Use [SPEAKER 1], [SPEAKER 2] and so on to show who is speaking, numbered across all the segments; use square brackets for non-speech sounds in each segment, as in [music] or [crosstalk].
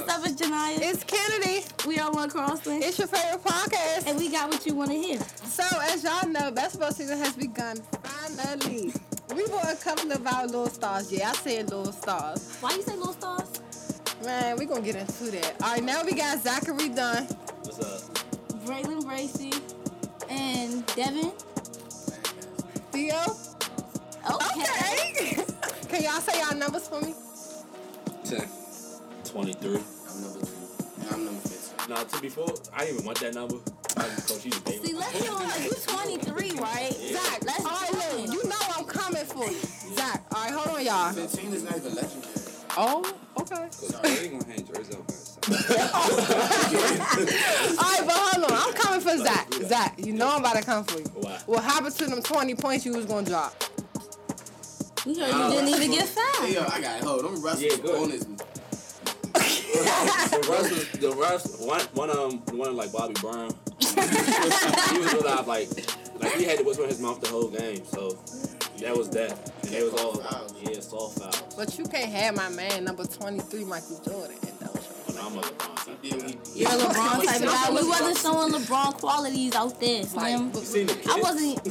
[SPEAKER 1] Anaya.
[SPEAKER 2] It's Kennedy.
[SPEAKER 1] we are one crossing,
[SPEAKER 2] It's your favorite podcast.
[SPEAKER 1] and we got what you want to hear.
[SPEAKER 2] So, as y'all know, basketball season has begun finally. We bought a couple of our little stars. Yeah, I said little stars.
[SPEAKER 1] Why you say little stars?
[SPEAKER 2] Man, we're going to get into that. All right, now we got Zachary Dunn.
[SPEAKER 3] What's up?
[SPEAKER 1] Braylon Bracy and Devin.
[SPEAKER 2] Theo?
[SPEAKER 1] Okay.
[SPEAKER 2] Okay. Can y'all say y'all numbers for me?
[SPEAKER 4] 10.
[SPEAKER 3] 23.
[SPEAKER 4] I'm number 2. And I'm number 15.
[SPEAKER 3] Nah, to be full, I didn't even want that number. I just thought she was baby.
[SPEAKER 1] See, let's get on. Like, you 23, right?
[SPEAKER 2] Zach,
[SPEAKER 1] Let's
[SPEAKER 2] all right,
[SPEAKER 1] do
[SPEAKER 2] look,
[SPEAKER 1] it.
[SPEAKER 2] you know I'm coming for you. Zach, all right, hold on, y'all.
[SPEAKER 4] 15 is not even legendary.
[SPEAKER 2] Oh, [laughs] okay.
[SPEAKER 4] Because I ain't going to hand yours out by itself.
[SPEAKER 2] All right, but hold on. I'm coming for Zach. Zach, you know I'm about to come for you.
[SPEAKER 3] Why?
[SPEAKER 2] What happened to them 20 points you was going to drop?
[SPEAKER 1] We heard you didn't even get five.
[SPEAKER 4] Yo, I got it. Hold on. I'm
[SPEAKER 3] Yeah,
[SPEAKER 4] wrestling
[SPEAKER 3] go ahead.
[SPEAKER 4] bonus.
[SPEAKER 3] [laughs] The refs, the refs, one, one um, one like Bobby Brown.
[SPEAKER 5] [laughs]
[SPEAKER 3] he was alive, like, like he had to whistle in his mouth the whole game. So that was that, and they was all
[SPEAKER 4] Fouls.
[SPEAKER 3] yeah, it's all fouls.
[SPEAKER 2] But you can't have my man, number 23, Michael Jordan. And that was
[SPEAKER 3] Oh, no, I'm a LeBron.
[SPEAKER 4] Yeah, we,
[SPEAKER 2] You're a LeBron type of guy. [laughs]
[SPEAKER 1] Nah, we wasn't showing LeBron qualities out there, Slim.
[SPEAKER 3] You seen the kid?
[SPEAKER 1] I wasn't.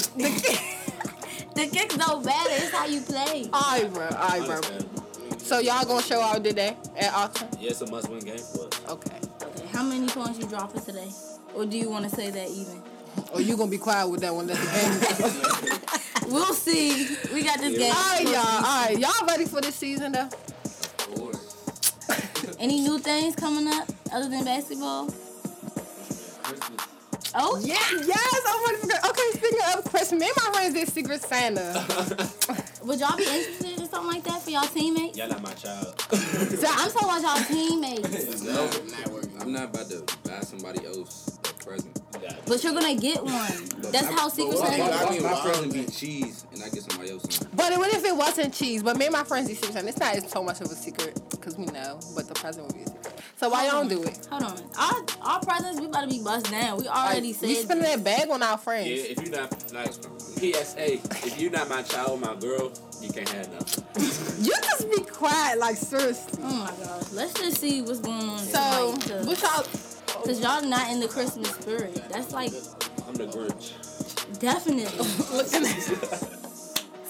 [SPEAKER 1] The kicks don't matter. It's how you play.
[SPEAKER 2] All right, bro. All right, bro. So y'all going to show out today at auction?
[SPEAKER 3] Yeah, it's a must-win game for us.
[SPEAKER 2] Okay.
[SPEAKER 1] Okay, how many points you dropping today? Or do you want to say that even?
[SPEAKER 2] Or Oh, you going to be quiet with that one. Let the [laughs] game
[SPEAKER 1] We'll see. We got this
[SPEAKER 2] All right,
[SPEAKER 1] game.
[SPEAKER 2] y'all. All right. Y'all ready for this season, though?
[SPEAKER 1] Any new things coming up other than basketball? Oh,
[SPEAKER 2] Yeah, yes. I'm ready for Okay, speaking of Chris, me and my friends did Secret Santa.
[SPEAKER 1] would y'all be interested in something like that for y'all teammates?
[SPEAKER 3] Y'all not my child.
[SPEAKER 1] So I'm talking about y'all teammates,
[SPEAKER 4] it's not, not working.
[SPEAKER 5] I'm not about to buy somebody else a present.
[SPEAKER 3] Nah.
[SPEAKER 1] but you're gonna get one. That's how Secret
[SPEAKER 5] Why-
[SPEAKER 1] Santa.
[SPEAKER 4] I
[SPEAKER 5] why- why
[SPEAKER 4] mean,
[SPEAKER 5] my
[SPEAKER 4] why-
[SPEAKER 5] present be cheese and I get somebody else one?
[SPEAKER 2] But what if it wasn't cheese? But me and my friends did Secret Santa. It's not so much of a secret because we know, but the present would be a secret. So why y'all don't do it?
[SPEAKER 1] Hold on, our our presents we about to be bust down. We already
[SPEAKER 2] Like,
[SPEAKER 1] said.
[SPEAKER 2] we spending that bag on our friends.
[SPEAKER 3] Yeah, if you're not like PSA, if you're not my child or my girl, you can't have nothing.
[SPEAKER 2] You just be quiet, like seriously.
[SPEAKER 1] Oh my gosh, let's just see what's going on.
[SPEAKER 2] So what
[SPEAKER 1] tonight,
[SPEAKER 2] y'all?
[SPEAKER 1] cause y'all not in the Christmas spirit. That's like
[SPEAKER 3] I'm the Grinch.
[SPEAKER 1] Definitely.
[SPEAKER 2] [laughs]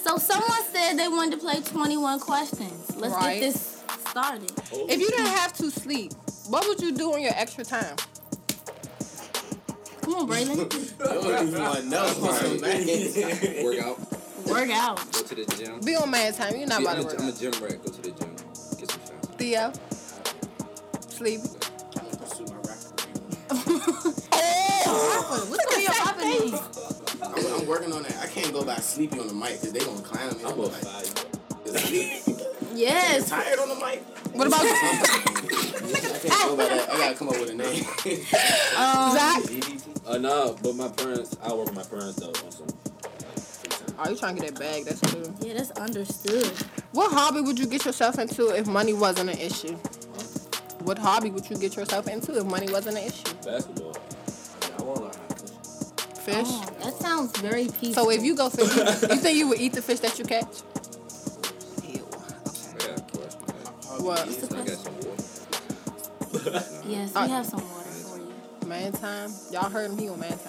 [SPEAKER 1] so someone said they wanted to play 21 questions. Let's
[SPEAKER 2] Right.
[SPEAKER 1] get this started.
[SPEAKER 3] Oh,
[SPEAKER 2] If you didn't have to sleep, what would you do in your extra time?
[SPEAKER 1] Come on, Braylon.
[SPEAKER 4] I don't even want to know. [laughs] man.
[SPEAKER 5] Work out,
[SPEAKER 1] Work out.
[SPEAKER 5] go to the gym.
[SPEAKER 2] Be on man time. You're not
[SPEAKER 5] Yeah,
[SPEAKER 2] about
[SPEAKER 5] I'm,
[SPEAKER 2] to
[SPEAKER 5] a,
[SPEAKER 2] work.
[SPEAKER 5] I'm a
[SPEAKER 2] out.
[SPEAKER 5] gym rat. Go to the gym. Get some shots.
[SPEAKER 2] Theo, sleep.
[SPEAKER 4] I'm gonna pursue my rap career.
[SPEAKER 2] Oh,
[SPEAKER 1] What's gonna be your poppin' news?
[SPEAKER 4] I'm, I'm working on that. I can't go back sleepy on the mic because they gonna clown me.
[SPEAKER 3] I'm
[SPEAKER 4] gonna
[SPEAKER 3] gonna
[SPEAKER 4] be like,
[SPEAKER 3] fire you.
[SPEAKER 4] "You're sleepy." I'm
[SPEAKER 1] Yes.
[SPEAKER 4] tired on the
[SPEAKER 2] [laughs]
[SPEAKER 4] mic.
[SPEAKER 2] what about you,
[SPEAKER 4] I can't go by that. I gotta come up with a name.
[SPEAKER 2] Zach?
[SPEAKER 3] Uh, no, but my parents, I work with my parents though on some like free time.
[SPEAKER 2] Are Oh, you trying to get that bag? That's true.
[SPEAKER 1] Yeah, that's understood.
[SPEAKER 2] What hobby would you get yourself into if money wasn't an issue? What hobby would you get yourself into if money wasn't an issue?
[SPEAKER 3] basketball. Yeah, I won't lie.
[SPEAKER 2] Fish.
[SPEAKER 1] Oh, that sounds very peaceful.
[SPEAKER 2] So if you go [laughs] fishing, you think you would eat the fish that you catch?
[SPEAKER 5] I got a question.
[SPEAKER 2] What?
[SPEAKER 5] I got some water.
[SPEAKER 1] Yes, we have some water for you.
[SPEAKER 2] Man time. Y'all heard him. He on man time.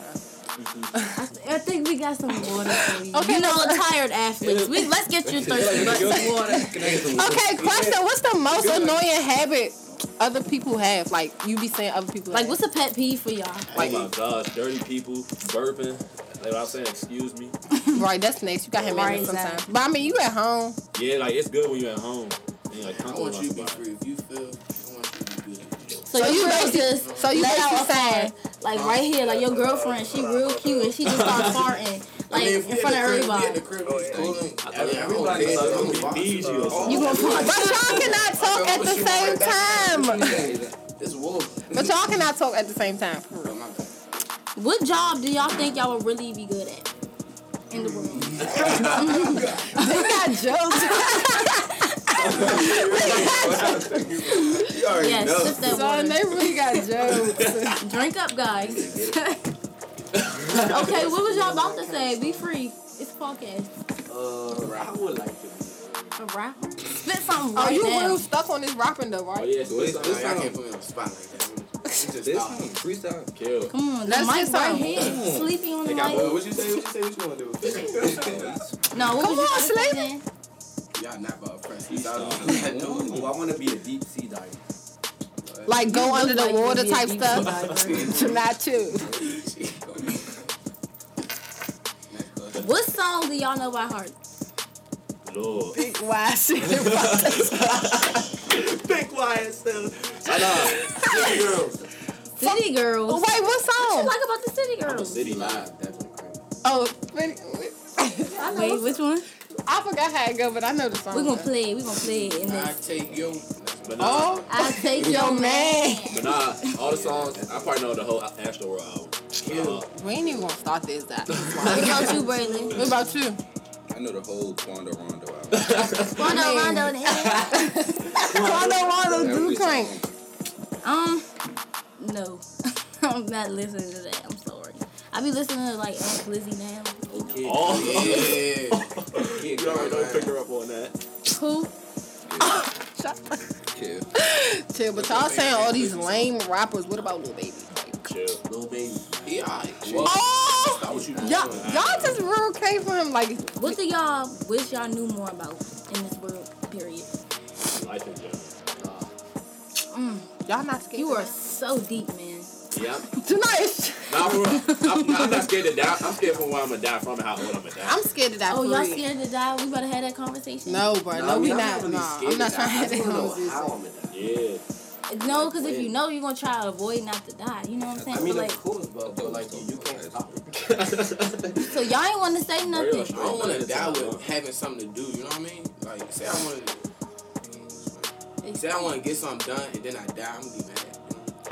[SPEAKER 1] I, th- I think we got some water for you.
[SPEAKER 2] Okay,
[SPEAKER 1] you know,
[SPEAKER 2] no.
[SPEAKER 1] tired athletes. We, let's get you thirsty. But some water.
[SPEAKER 5] Can I get some water?
[SPEAKER 2] Okay, question. What's the most annoying habit other people have? Like you be saying other people.
[SPEAKER 1] Like,
[SPEAKER 2] have.
[SPEAKER 1] what's a pet peeve for y'all?
[SPEAKER 3] Oh my gosh, dirty people burping. Like I was saying, excuse me.
[SPEAKER 2] right? That's next. You got him
[SPEAKER 1] Right,
[SPEAKER 2] in sometimes.
[SPEAKER 1] exactly.
[SPEAKER 2] But I mean, you at home.
[SPEAKER 3] Yeah, like it's good when you're at home. And you're like
[SPEAKER 4] I
[SPEAKER 3] comfortable
[SPEAKER 4] want you to
[SPEAKER 3] about
[SPEAKER 4] be
[SPEAKER 3] somebody.
[SPEAKER 4] free. If you feel, I want you to be good.
[SPEAKER 1] So,
[SPEAKER 2] So
[SPEAKER 1] your
[SPEAKER 2] you
[SPEAKER 1] girl
[SPEAKER 2] basically-
[SPEAKER 1] just
[SPEAKER 2] so you
[SPEAKER 1] let out a
[SPEAKER 2] basically saying-
[SPEAKER 1] fart. like right here, like your girlfriend, she real cute and she just [laughs] starts farting like in
[SPEAKER 4] we
[SPEAKER 1] front of
[SPEAKER 4] at the crib, we at
[SPEAKER 1] everybody.
[SPEAKER 4] the crib, it's cooling.
[SPEAKER 3] I mean, everybody
[SPEAKER 4] Everybody is-
[SPEAKER 3] Oh, like, who needs you or something.
[SPEAKER 2] You gonna But y'all cannot talk at the same time.
[SPEAKER 4] This wolf.
[SPEAKER 2] But y'all cannot talk at the same time. for real.
[SPEAKER 4] Oh, my bad.
[SPEAKER 1] What job do y'all think y'all would really be good at in the world?
[SPEAKER 2] You got jokes.
[SPEAKER 4] You already
[SPEAKER 1] Yes,
[SPEAKER 4] know.
[SPEAKER 1] sip that
[SPEAKER 2] Son,
[SPEAKER 1] water.
[SPEAKER 2] they really got jokes.
[SPEAKER 1] Drink up, guys. okay, what was y'all about to say? Be free. It's a podcast.
[SPEAKER 3] Uh, I would like to be.
[SPEAKER 1] A rapper? Spit something
[SPEAKER 2] Are
[SPEAKER 1] right
[SPEAKER 2] you
[SPEAKER 1] now.
[SPEAKER 2] real stuck on this rapping though,
[SPEAKER 3] Oh
[SPEAKER 2] right?
[SPEAKER 3] yeah, so this
[SPEAKER 4] Nah,
[SPEAKER 5] Wait,
[SPEAKER 3] this
[SPEAKER 4] y'all
[SPEAKER 3] sound
[SPEAKER 4] can't put me on the spot like that. It's just
[SPEAKER 5] This
[SPEAKER 4] dog.
[SPEAKER 5] one, freestyle.
[SPEAKER 3] kill.
[SPEAKER 1] Come on, the
[SPEAKER 2] Let's
[SPEAKER 1] mic
[SPEAKER 2] get
[SPEAKER 1] right
[SPEAKER 2] some.
[SPEAKER 1] here. Sleepy on the
[SPEAKER 4] They got
[SPEAKER 1] mic.
[SPEAKER 4] blood. What you say? What you say? What you want to
[SPEAKER 2] [laughs]
[SPEAKER 4] do?
[SPEAKER 1] No, what
[SPEAKER 2] Come
[SPEAKER 1] was you
[SPEAKER 2] on,
[SPEAKER 1] trying to
[SPEAKER 2] Sleepy.
[SPEAKER 1] say?
[SPEAKER 4] Y'all not about press.
[SPEAKER 5] Ooh, I want to be a deep sea diver.
[SPEAKER 2] Like go
[SPEAKER 1] You
[SPEAKER 2] under
[SPEAKER 1] look
[SPEAKER 2] the
[SPEAKER 1] like you
[SPEAKER 2] water
[SPEAKER 1] be a
[SPEAKER 2] type
[SPEAKER 1] deep
[SPEAKER 2] stuff. Not too.
[SPEAKER 1] What song do y'all know by heart?
[SPEAKER 3] Lord.
[SPEAKER 2] Big wide [laughs] secret process.
[SPEAKER 3] Big wide still. I
[SPEAKER 1] City
[SPEAKER 2] Wait,
[SPEAKER 1] Girls.
[SPEAKER 2] what
[SPEAKER 1] What you
[SPEAKER 2] song? [laughs]
[SPEAKER 1] like about the City
[SPEAKER 3] know.
[SPEAKER 1] Girls?
[SPEAKER 3] City live.
[SPEAKER 4] Live, definitely.
[SPEAKER 2] Oh, wait, wait. I, know
[SPEAKER 1] Wait, which one?
[SPEAKER 2] I forgot how it go, but I know the song.
[SPEAKER 1] We're gonna play it. We're gonna play it in
[SPEAKER 4] I
[SPEAKER 1] this.
[SPEAKER 4] take you.
[SPEAKER 3] But nah,
[SPEAKER 2] Oh,
[SPEAKER 1] I take
[SPEAKER 2] Yo,
[SPEAKER 1] your man.
[SPEAKER 2] man.
[SPEAKER 3] but nah, all the songs, I probably know the whole Astroworld album. Uh,
[SPEAKER 2] we ain't even gonna start this. That.
[SPEAKER 1] What
[SPEAKER 2] what
[SPEAKER 1] about you,
[SPEAKER 4] [laughs]
[SPEAKER 1] Braylon?
[SPEAKER 2] about [laughs] you?
[SPEAKER 5] I know the whole Quando Rondo album.
[SPEAKER 1] Rondo, Rondo, in the head.
[SPEAKER 2] Rondo, Rondo,
[SPEAKER 5] Every
[SPEAKER 2] do crank.
[SPEAKER 5] song.
[SPEAKER 1] Um, no, [laughs] I'm not listening to that. I'm sorry. I be listening to like Aunt Lizzie now.
[SPEAKER 5] Okay.
[SPEAKER 3] Oh.
[SPEAKER 4] Yeah.
[SPEAKER 5] Yeah,
[SPEAKER 3] you already know
[SPEAKER 4] Right.
[SPEAKER 3] pick her up on that.
[SPEAKER 1] Who?
[SPEAKER 5] yeah.
[SPEAKER 2] Chill, but y'all saying all these lame rappers. What about Lil Baby? Like,
[SPEAKER 3] Chill.
[SPEAKER 4] Little baby. He alright.
[SPEAKER 2] oh,
[SPEAKER 4] Stop what you doing.
[SPEAKER 2] y'all, y'all just real K for him. Like,
[SPEAKER 1] What do y'all wish y'all knew more about in this world? Period.
[SPEAKER 3] Life in general.
[SPEAKER 1] Mm,
[SPEAKER 2] y'all not scared.
[SPEAKER 1] you are so deep, man.
[SPEAKER 3] Yeah.
[SPEAKER 2] [laughs] tonight.
[SPEAKER 3] Nah, for real. I'm, I'm not scared to die. I'm scared from where I'm gonna die from and how old I'm gonna die.
[SPEAKER 2] I'm scared of that.
[SPEAKER 1] Oh,
[SPEAKER 2] for
[SPEAKER 1] y'all
[SPEAKER 2] real.
[SPEAKER 1] scared to die? We better have that conversation.
[SPEAKER 2] No, bro. No,
[SPEAKER 4] Nah,
[SPEAKER 2] we
[SPEAKER 4] I'm
[SPEAKER 2] not.
[SPEAKER 4] really
[SPEAKER 2] Nah,
[SPEAKER 4] scared
[SPEAKER 2] I'm not
[SPEAKER 4] of that.
[SPEAKER 2] trying to
[SPEAKER 4] I just
[SPEAKER 2] hit
[SPEAKER 4] wanna know
[SPEAKER 2] houses.
[SPEAKER 4] how I'm gonna die.
[SPEAKER 3] yeah.
[SPEAKER 1] no, because if you know, you're gonna try to avoid not to die. You know what I'm saying?
[SPEAKER 4] I mean,
[SPEAKER 1] but like,
[SPEAKER 4] of course, but, but like, you, you can't stop it.
[SPEAKER 1] so y'all ain't want to say nothing.
[SPEAKER 4] I don't want to die with having something to do. You know what I mean? Like, say I want to, say I want to get something done, and then I die. I'm gonna be mad.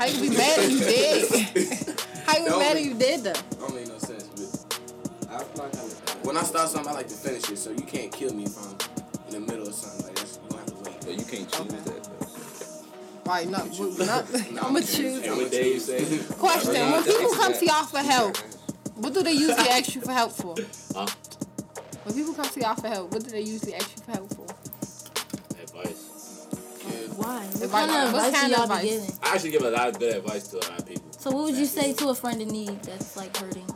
[SPEAKER 2] [laughs] How you be mad if you dead?
[SPEAKER 4] [laughs]
[SPEAKER 2] How you be
[SPEAKER 4] No,
[SPEAKER 2] mad
[SPEAKER 4] we-
[SPEAKER 2] if you dead though?
[SPEAKER 4] That don't make no sense. But
[SPEAKER 5] I feel like I would die.
[SPEAKER 4] when I start something, I like to finish it. So you can't kill me if I'm in the middle of something. Like that's you gonna have to wait.
[SPEAKER 5] But you can't choose that.
[SPEAKER 2] Right, no, we- not, [laughs]
[SPEAKER 4] [laughs]
[SPEAKER 2] I'm gonna choose.
[SPEAKER 3] And what Dave said,
[SPEAKER 2] Question: When
[SPEAKER 5] Yeah, that's
[SPEAKER 2] people come to
[SPEAKER 5] exact-
[SPEAKER 2] y'all for help,
[SPEAKER 5] though.
[SPEAKER 2] what do they usually ask you for help
[SPEAKER 4] [laughs]
[SPEAKER 2] for?
[SPEAKER 3] Huh?
[SPEAKER 2] When people come to y'all for help, what do they usually ask you for help for?
[SPEAKER 3] advice.
[SPEAKER 4] Yeah.
[SPEAKER 1] Why? What
[SPEAKER 2] Advice.
[SPEAKER 1] kind of
[SPEAKER 2] What
[SPEAKER 1] advice
[SPEAKER 2] kind
[SPEAKER 1] do y'all
[SPEAKER 2] of
[SPEAKER 1] be
[SPEAKER 2] advice?
[SPEAKER 1] giving?
[SPEAKER 3] I actually give a lot of good advice to a lot of people.
[SPEAKER 1] So what would you say to a friend in need that's like hurting?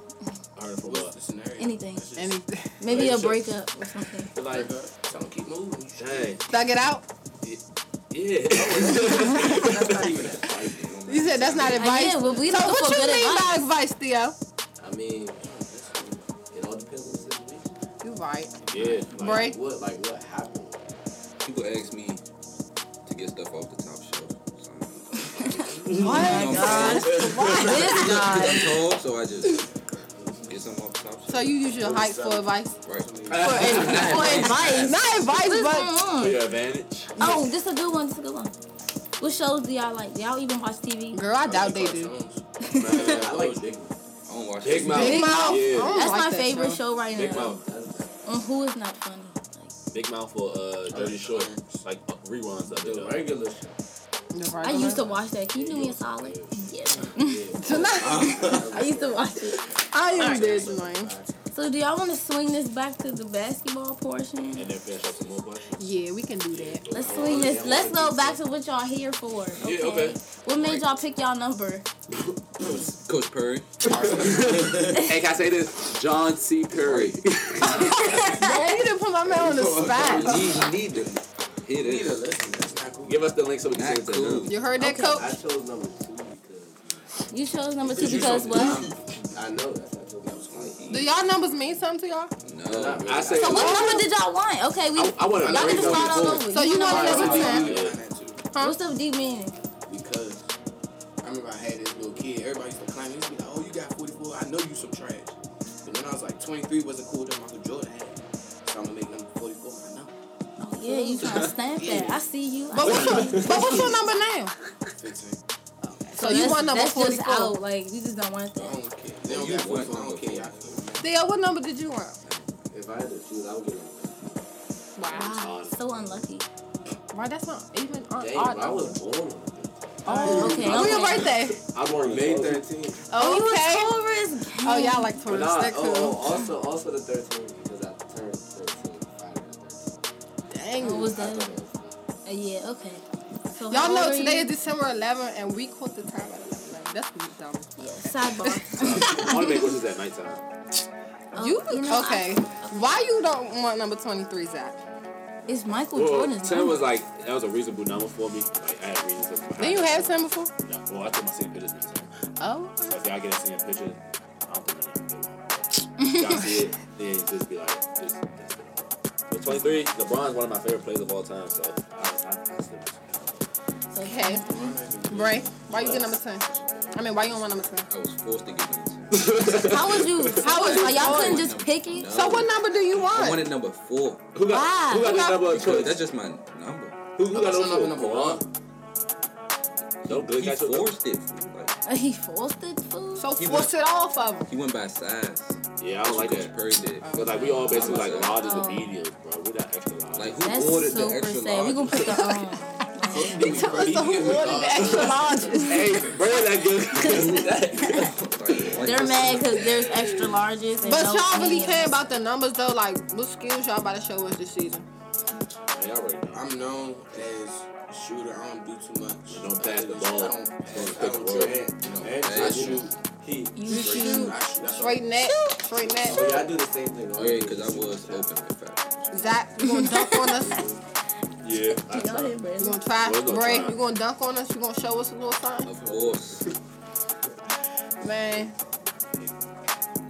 [SPEAKER 3] I heard it from uh,
[SPEAKER 4] What's the
[SPEAKER 3] what?
[SPEAKER 4] scenario?
[SPEAKER 1] Anything.
[SPEAKER 4] That's just-
[SPEAKER 2] Anything.
[SPEAKER 1] Maybe a
[SPEAKER 3] Relationship.
[SPEAKER 1] breakup or something.
[SPEAKER 3] But like, uh,
[SPEAKER 4] Tell them keep moving. You should-
[SPEAKER 3] dang,
[SPEAKER 2] Thug it out.
[SPEAKER 4] [laughs]
[SPEAKER 3] yeah.
[SPEAKER 4] That's not even.
[SPEAKER 2] You said that's not advice.
[SPEAKER 1] Again, well, we
[SPEAKER 2] so
[SPEAKER 1] looking
[SPEAKER 2] what
[SPEAKER 1] for
[SPEAKER 2] you
[SPEAKER 1] good
[SPEAKER 2] mean
[SPEAKER 1] advice.
[SPEAKER 2] by advice, Theo?
[SPEAKER 4] I mean, it all depends on the situation.
[SPEAKER 2] You right.
[SPEAKER 3] Yeah.
[SPEAKER 2] Break.
[SPEAKER 3] Like,
[SPEAKER 4] Like, what, like what happened?
[SPEAKER 5] People ask me to get stuff off the top shelf. So
[SPEAKER 2] [laughs] Oh
[SPEAKER 5] I'm-
[SPEAKER 2] my
[SPEAKER 5] God.
[SPEAKER 1] This guy.
[SPEAKER 5] I'm [laughs] told, so I just get some off the top shelf.
[SPEAKER 2] So you use your height for advice?
[SPEAKER 5] right.
[SPEAKER 2] [laughs] For,
[SPEAKER 3] That's
[SPEAKER 2] ad- for advice. Not advice, but
[SPEAKER 3] for
[SPEAKER 1] Mm.
[SPEAKER 3] your [laughs] advantage.
[SPEAKER 1] Oh, this a good one. This a good one. What shows do y'all like? Do y'all even watch TV?
[SPEAKER 2] girl, I doubt
[SPEAKER 4] like
[SPEAKER 2] they do.
[SPEAKER 4] cartoons.
[SPEAKER 3] Man,
[SPEAKER 4] I like Big Mouth.
[SPEAKER 5] I don't watch
[SPEAKER 3] Big
[SPEAKER 5] TV.
[SPEAKER 3] Mouth.
[SPEAKER 2] Big Mouth.
[SPEAKER 3] Yeah.
[SPEAKER 2] I don't
[SPEAKER 1] That's
[SPEAKER 2] like
[SPEAKER 1] my
[SPEAKER 2] that
[SPEAKER 1] favorite show, right
[SPEAKER 3] Big
[SPEAKER 1] now.
[SPEAKER 3] Mouth.
[SPEAKER 1] On Who is not funny?
[SPEAKER 3] Big Mouth for uh, Dirty Short. Like uh, reruns of it.
[SPEAKER 4] The
[SPEAKER 3] though.
[SPEAKER 4] regular.
[SPEAKER 2] The
[SPEAKER 1] Like, I
[SPEAKER 2] regular.
[SPEAKER 1] used to watch that. Can you do me a solid?
[SPEAKER 2] [laughs]
[SPEAKER 1] Yeah. [laughs]
[SPEAKER 2] Tonight,
[SPEAKER 1] I used to watch
[SPEAKER 2] [laughs]
[SPEAKER 1] it.
[SPEAKER 2] I am this man.
[SPEAKER 1] So do y'all want to swing this back to the basketball portion?
[SPEAKER 3] And then finish up some more questions.
[SPEAKER 2] Yeah, we can do that.
[SPEAKER 1] Let's swing this. Let's go back to what y'all here for. Okay.
[SPEAKER 3] Yeah, okay.
[SPEAKER 1] What made y'all pick y'all
[SPEAKER 3] [laughs]
[SPEAKER 1] number?
[SPEAKER 5] Coach Perry.
[SPEAKER 3] Hey, can I say this? John C. Perry.
[SPEAKER 2] Damn, you didn't put my man on the spot.
[SPEAKER 5] You need to hear
[SPEAKER 4] You need to
[SPEAKER 5] this.
[SPEAKER 4] listen. That's not cool.
[SPEAKER 3] Give us the link so we can
[SPEAKER 5] Not
[SPEAKER 3] send it
[SPEAKER 5] cool.
[SPEAKER 3] to
[SPEAKER 2] You heard that,
[SPEAKER 1] Okay.
[SPEAKER 2] coach?
[SPEAKER 4] I chose number two because
[SPEAKER 1] You chose number two because what?
[SPEAKER 4] I know that's not that was funny.
[SPEAKER 2] Do y'all numbers mean something to y'all?
[SPEAKER 5] No.
[SPEAKER 3] I say-
[SPEAKER 1] So what number did y'all want? Okay, we.
[SPEAKER 3] I, I want to
[SPEAKER 1] Y'all
[SPEAKER 3] break
[SPEAKER 1] get to start all
[SPEAKER 3] up.
[SPEAKER 1] over.
[SPEAKER 2] So you
[SPEAKER 1] know
[SPEAKER 2] want
[SPEAKER 1] what
[SPEAKER 2] another
[SPEAKER 1] I'm saying?
[SPEAKER 2] time? Huh?
[SPEAKER 1] What's up, deep meaning?
[SPEAKER 4] Because I remember I had this little kid. Everybody used to climb. He'd be like, "Oh, you got 44. I know you some trash." But then I was like, 23 wasn't cool that Michael Jordan had. So I'm gonna make number 44. I know.
[SPEAKER 1] Oh yeah, you trying to stamp that? I see you.
[SPEAKER 2] But what's your, but what's your number now?
[SPEAKER 4] 15.
[SPEAKER 2] So you want number
[SPEAKER 1] that's just
[SPEAKER 2] 44?
[SPEAKER 1] out. Like we just don't want
[SPEAKER 4] I
[SPEAKER 1] that.
[SPEAKER 4] don't care. They don't
[SPEAKER 5] You
[SPEAKER 4] got
[SPEAKER 5] want
[SPEAKER 4] 44. I don't
[SPEAKER 5] number
[SPEAKER 4] care.
[SPEAKER 5] four.
[SPEAKER 4] Y'all can-
[SPEAKER 2] Theo, what number did you want?
[SPEAKER 4] If I had to choose, I would get number
[SPEAKER 2] Wow.
[SPEAKER 1] Wow, so unlucky.
[SPEAKER 2] Why that's not even on
[SPEAKER 4] Dang,
[SPEAKER 2] odd
[SPEAKER 4] bro, I
[SPEAKER 2] number.
[SPEAKER 4] was born on
[SPEAKER 2] Oh,
[SPEAKER 1] Okay.
[SPEAKER 2] When your
[SPEAKER 1] okay.
[SPEAKER 2] birthday?
[SPEAKER 3] I'm born
[SPEAKER 4] May
[SPEAKER 3] May 13th.
[SPEAKER 4] [laughs] 13th.
[SPEAKER 1] Oh, you
[SPEAKER 2] Okay.
[SPEAKER 1] a Taurus?
[SPEAKER 2] Oh, y'all like
[SPEAKER 4] But
[SPEAKER 2] Taurus.
[SPEAKER 4] nah,
[SPEAKER 2] That
[SPEAKER 4] oh, oh,
[SPEAKER 2] cool.
[SPEAKER 4] also, also the 13th because I turned 13 Friday the 13th.
[SPEAKER 2] Dang.
[SPEAKER 1] What was
[SPEAKER 4] I thought
[SPEAKER 1] that?
[SPEAKER 4] it was
[SPEAKER 1] Uh, yeah, okay. So how
[SPEAKER 2] Y'all
[SPEAKER 1] old
[SPEAKER 2] know
[SPEAKER 1] are
[SPEAKER 2] today
[SPEAKER 1] you?
[SPEAKER 2] is December 11th, and we quote the time at 11. That's dumb.
[SPEAKER 1] Yeah, sidebar.
[SPEAKER 3] I want to make wishes at nighttime.
[SPEAKER 1] Oh,
[SPEAKER 2] [laughs] you,
[SPEAKER 1] know, I-
[SPEAKER 2] okay? Why you don't want number 23, Zach?
[SPEAKER 1] it's Michael
[SPEAKER 3] Well,
[SPEAKER 1] Jordan's
[SPEAKER 3] ten
[SPEAKER 1] number.
[SPEAKER 3] was like that was a reasonable number for me. Like I had reasons. behind
[SPEAKER 2] Didn't you
[SPEAKER 3] it.
[SPEAKER 2] have 10 before?
[SPEAKER 3] No, well, I couldn't see pictures. of it.
[SPEAKER 2] Oh,
[SPEAKER 3] So if y'all get to see a picture, I don't think I need to do it. Y'all see it, then just be like, this, that's it. But 23, LeBron's one of my favorite players of all time, so I, I, I still
[SPEAKER 1] So
[SPEAKER 2] okay. Bray, why you get number 10? I mean, why you don't want number 10?
[SPEAKER 5] I was forced to get number
[SPEAKER 1] How would you? How would you? Y'all couldn't just
[SPEAKER 5] No.
[SPEAKER 1] pick it.
[SPEAKER 5] No.
[SPEAKER 2] So what number do you
[SPEAKER 5] I
[SPEAKER 2] want?
[SPEAKER 5] wanted number four.
[SPEAKER 3] Who got,
[SPEAKER 1] Wow.
[SPEAKER 3] who got
[SPEAKER 2] Who
[SPEAKER 3] this
[SPEAKER 2] got-
[SPEAKER 3] number of
[SPEAKER 5] Because that's
[SPEAKER 3] choice?
[SPEAKER 5] just my number.
[SPEAKER 3] Who, who got
[SPEAKER 4] What's
[SPEAKER 3] this
[SPEAKER 4] your
[SPEAKER 3] number?
[SPEAKER 4] number,
[SPEAKER 3] Number
[SPEAKER 4] number
[SPEAKER 3] one? No good
[SPEAKER 5] He
[SPEAKER 3] got your number?
[SPEAKER 5] forced it. Like,
[SPEAKER 1] He forced it. Fool.
[SPEAKER 2] So
[SPEAKER 5] He
[SPEAKER 2] force it off of him.
[SPEAKER 5] he went by size.
[SPEAKER 3] Yeah, I don't like
[SPEAKER 5] Coach
[SPEAKER 3] that.
[SPEAKER 5] Perry did.
[SPEAKER 3] Cause like we all basically like large as the
[SPEAKER 1] Oh.
[SPEAKER 3] medium, bro. We're not extra large.
[SPEAKER 5] Like who
[SPEAKER 1] That's
[SPEAKER 5] ordered the
[SPEAKER 1] super
[SPEAKER 5] extra
[SPEAKER 1] sad. We
[SPEAKER 5] large?
[SPEAKER 1] gonna put the um.
[SPEAKER 4] Fuck you, Brady.
[SPEAKER 2] So
[SPEAKER 4] You
[SPEAKER 2] who
[SPEAKER 4] give me
[SPEAKER 2] [laughs] ordered the
[SPEAKER 4] dogs.
[SPEAKER 2] extra larges?
[SPEAKER 3] hey, bro, that [laughs]
[SPEAKER 5] [laughs]
[SPEAKER 3] good.
[SPEAKER 5] Like, like,
[SPEAKER 1] They're mad because there's extra larges. And
[SPEAKER 2] But
[SPEAKER 1] no
[SPEAKER 2] y'all really
[SPEAKER 1] mediums.
[SPEAKER 2] care about the numbers though. Like, what skills y'all about to show us this season?
[SPEAKER 3] y'all already know.
[SPEAKER 4] I'm known as a shooter. I don't do too much.
[SPEAKER 3] Don't pass the
[SPEAKER 4] I
[SPEAKER 3] ball.
[SPEAKER 4] I don't pass. I
[SPEAKER 3] Don't
[SPEAKER 4] don't
[SPEAKER 3] pick the
[SPEAKER 4] trip. I shoot. He.
[SPEAKER 1] You
[SPEAKER 4] straight
[SPEAKER 1] shoot.
[SPEAKER 4] I shoot. That's
[SPEAKER 2] Straight
[SPEAKER 4] all.
[SPEAKER 2] net, straight net.
[SPEAKER 4] Oh, yeah, I do the same thing.
[SPEAKER 5] Oh yeah, because I was open in fact.
[SPEAKER 2] Zach, you gonna dunk on us?
[SPEAKER 3] Yeah.
[SPEAKER 1] Go
[SPEAKER 3] I tried.
[SPEAKER 1] ahead, Brandon.
[SPEAKER 2] You gonna try?
[SPEAKER 3] We're gonna
[SPEAKER 2] Bray,
[SPEAKER 3] try.
[SPEAKER 2] you gonna dunk on us? You gonna show us a little something?
[SPEAKER 5] Of course.
[SPEAKER 2] Man.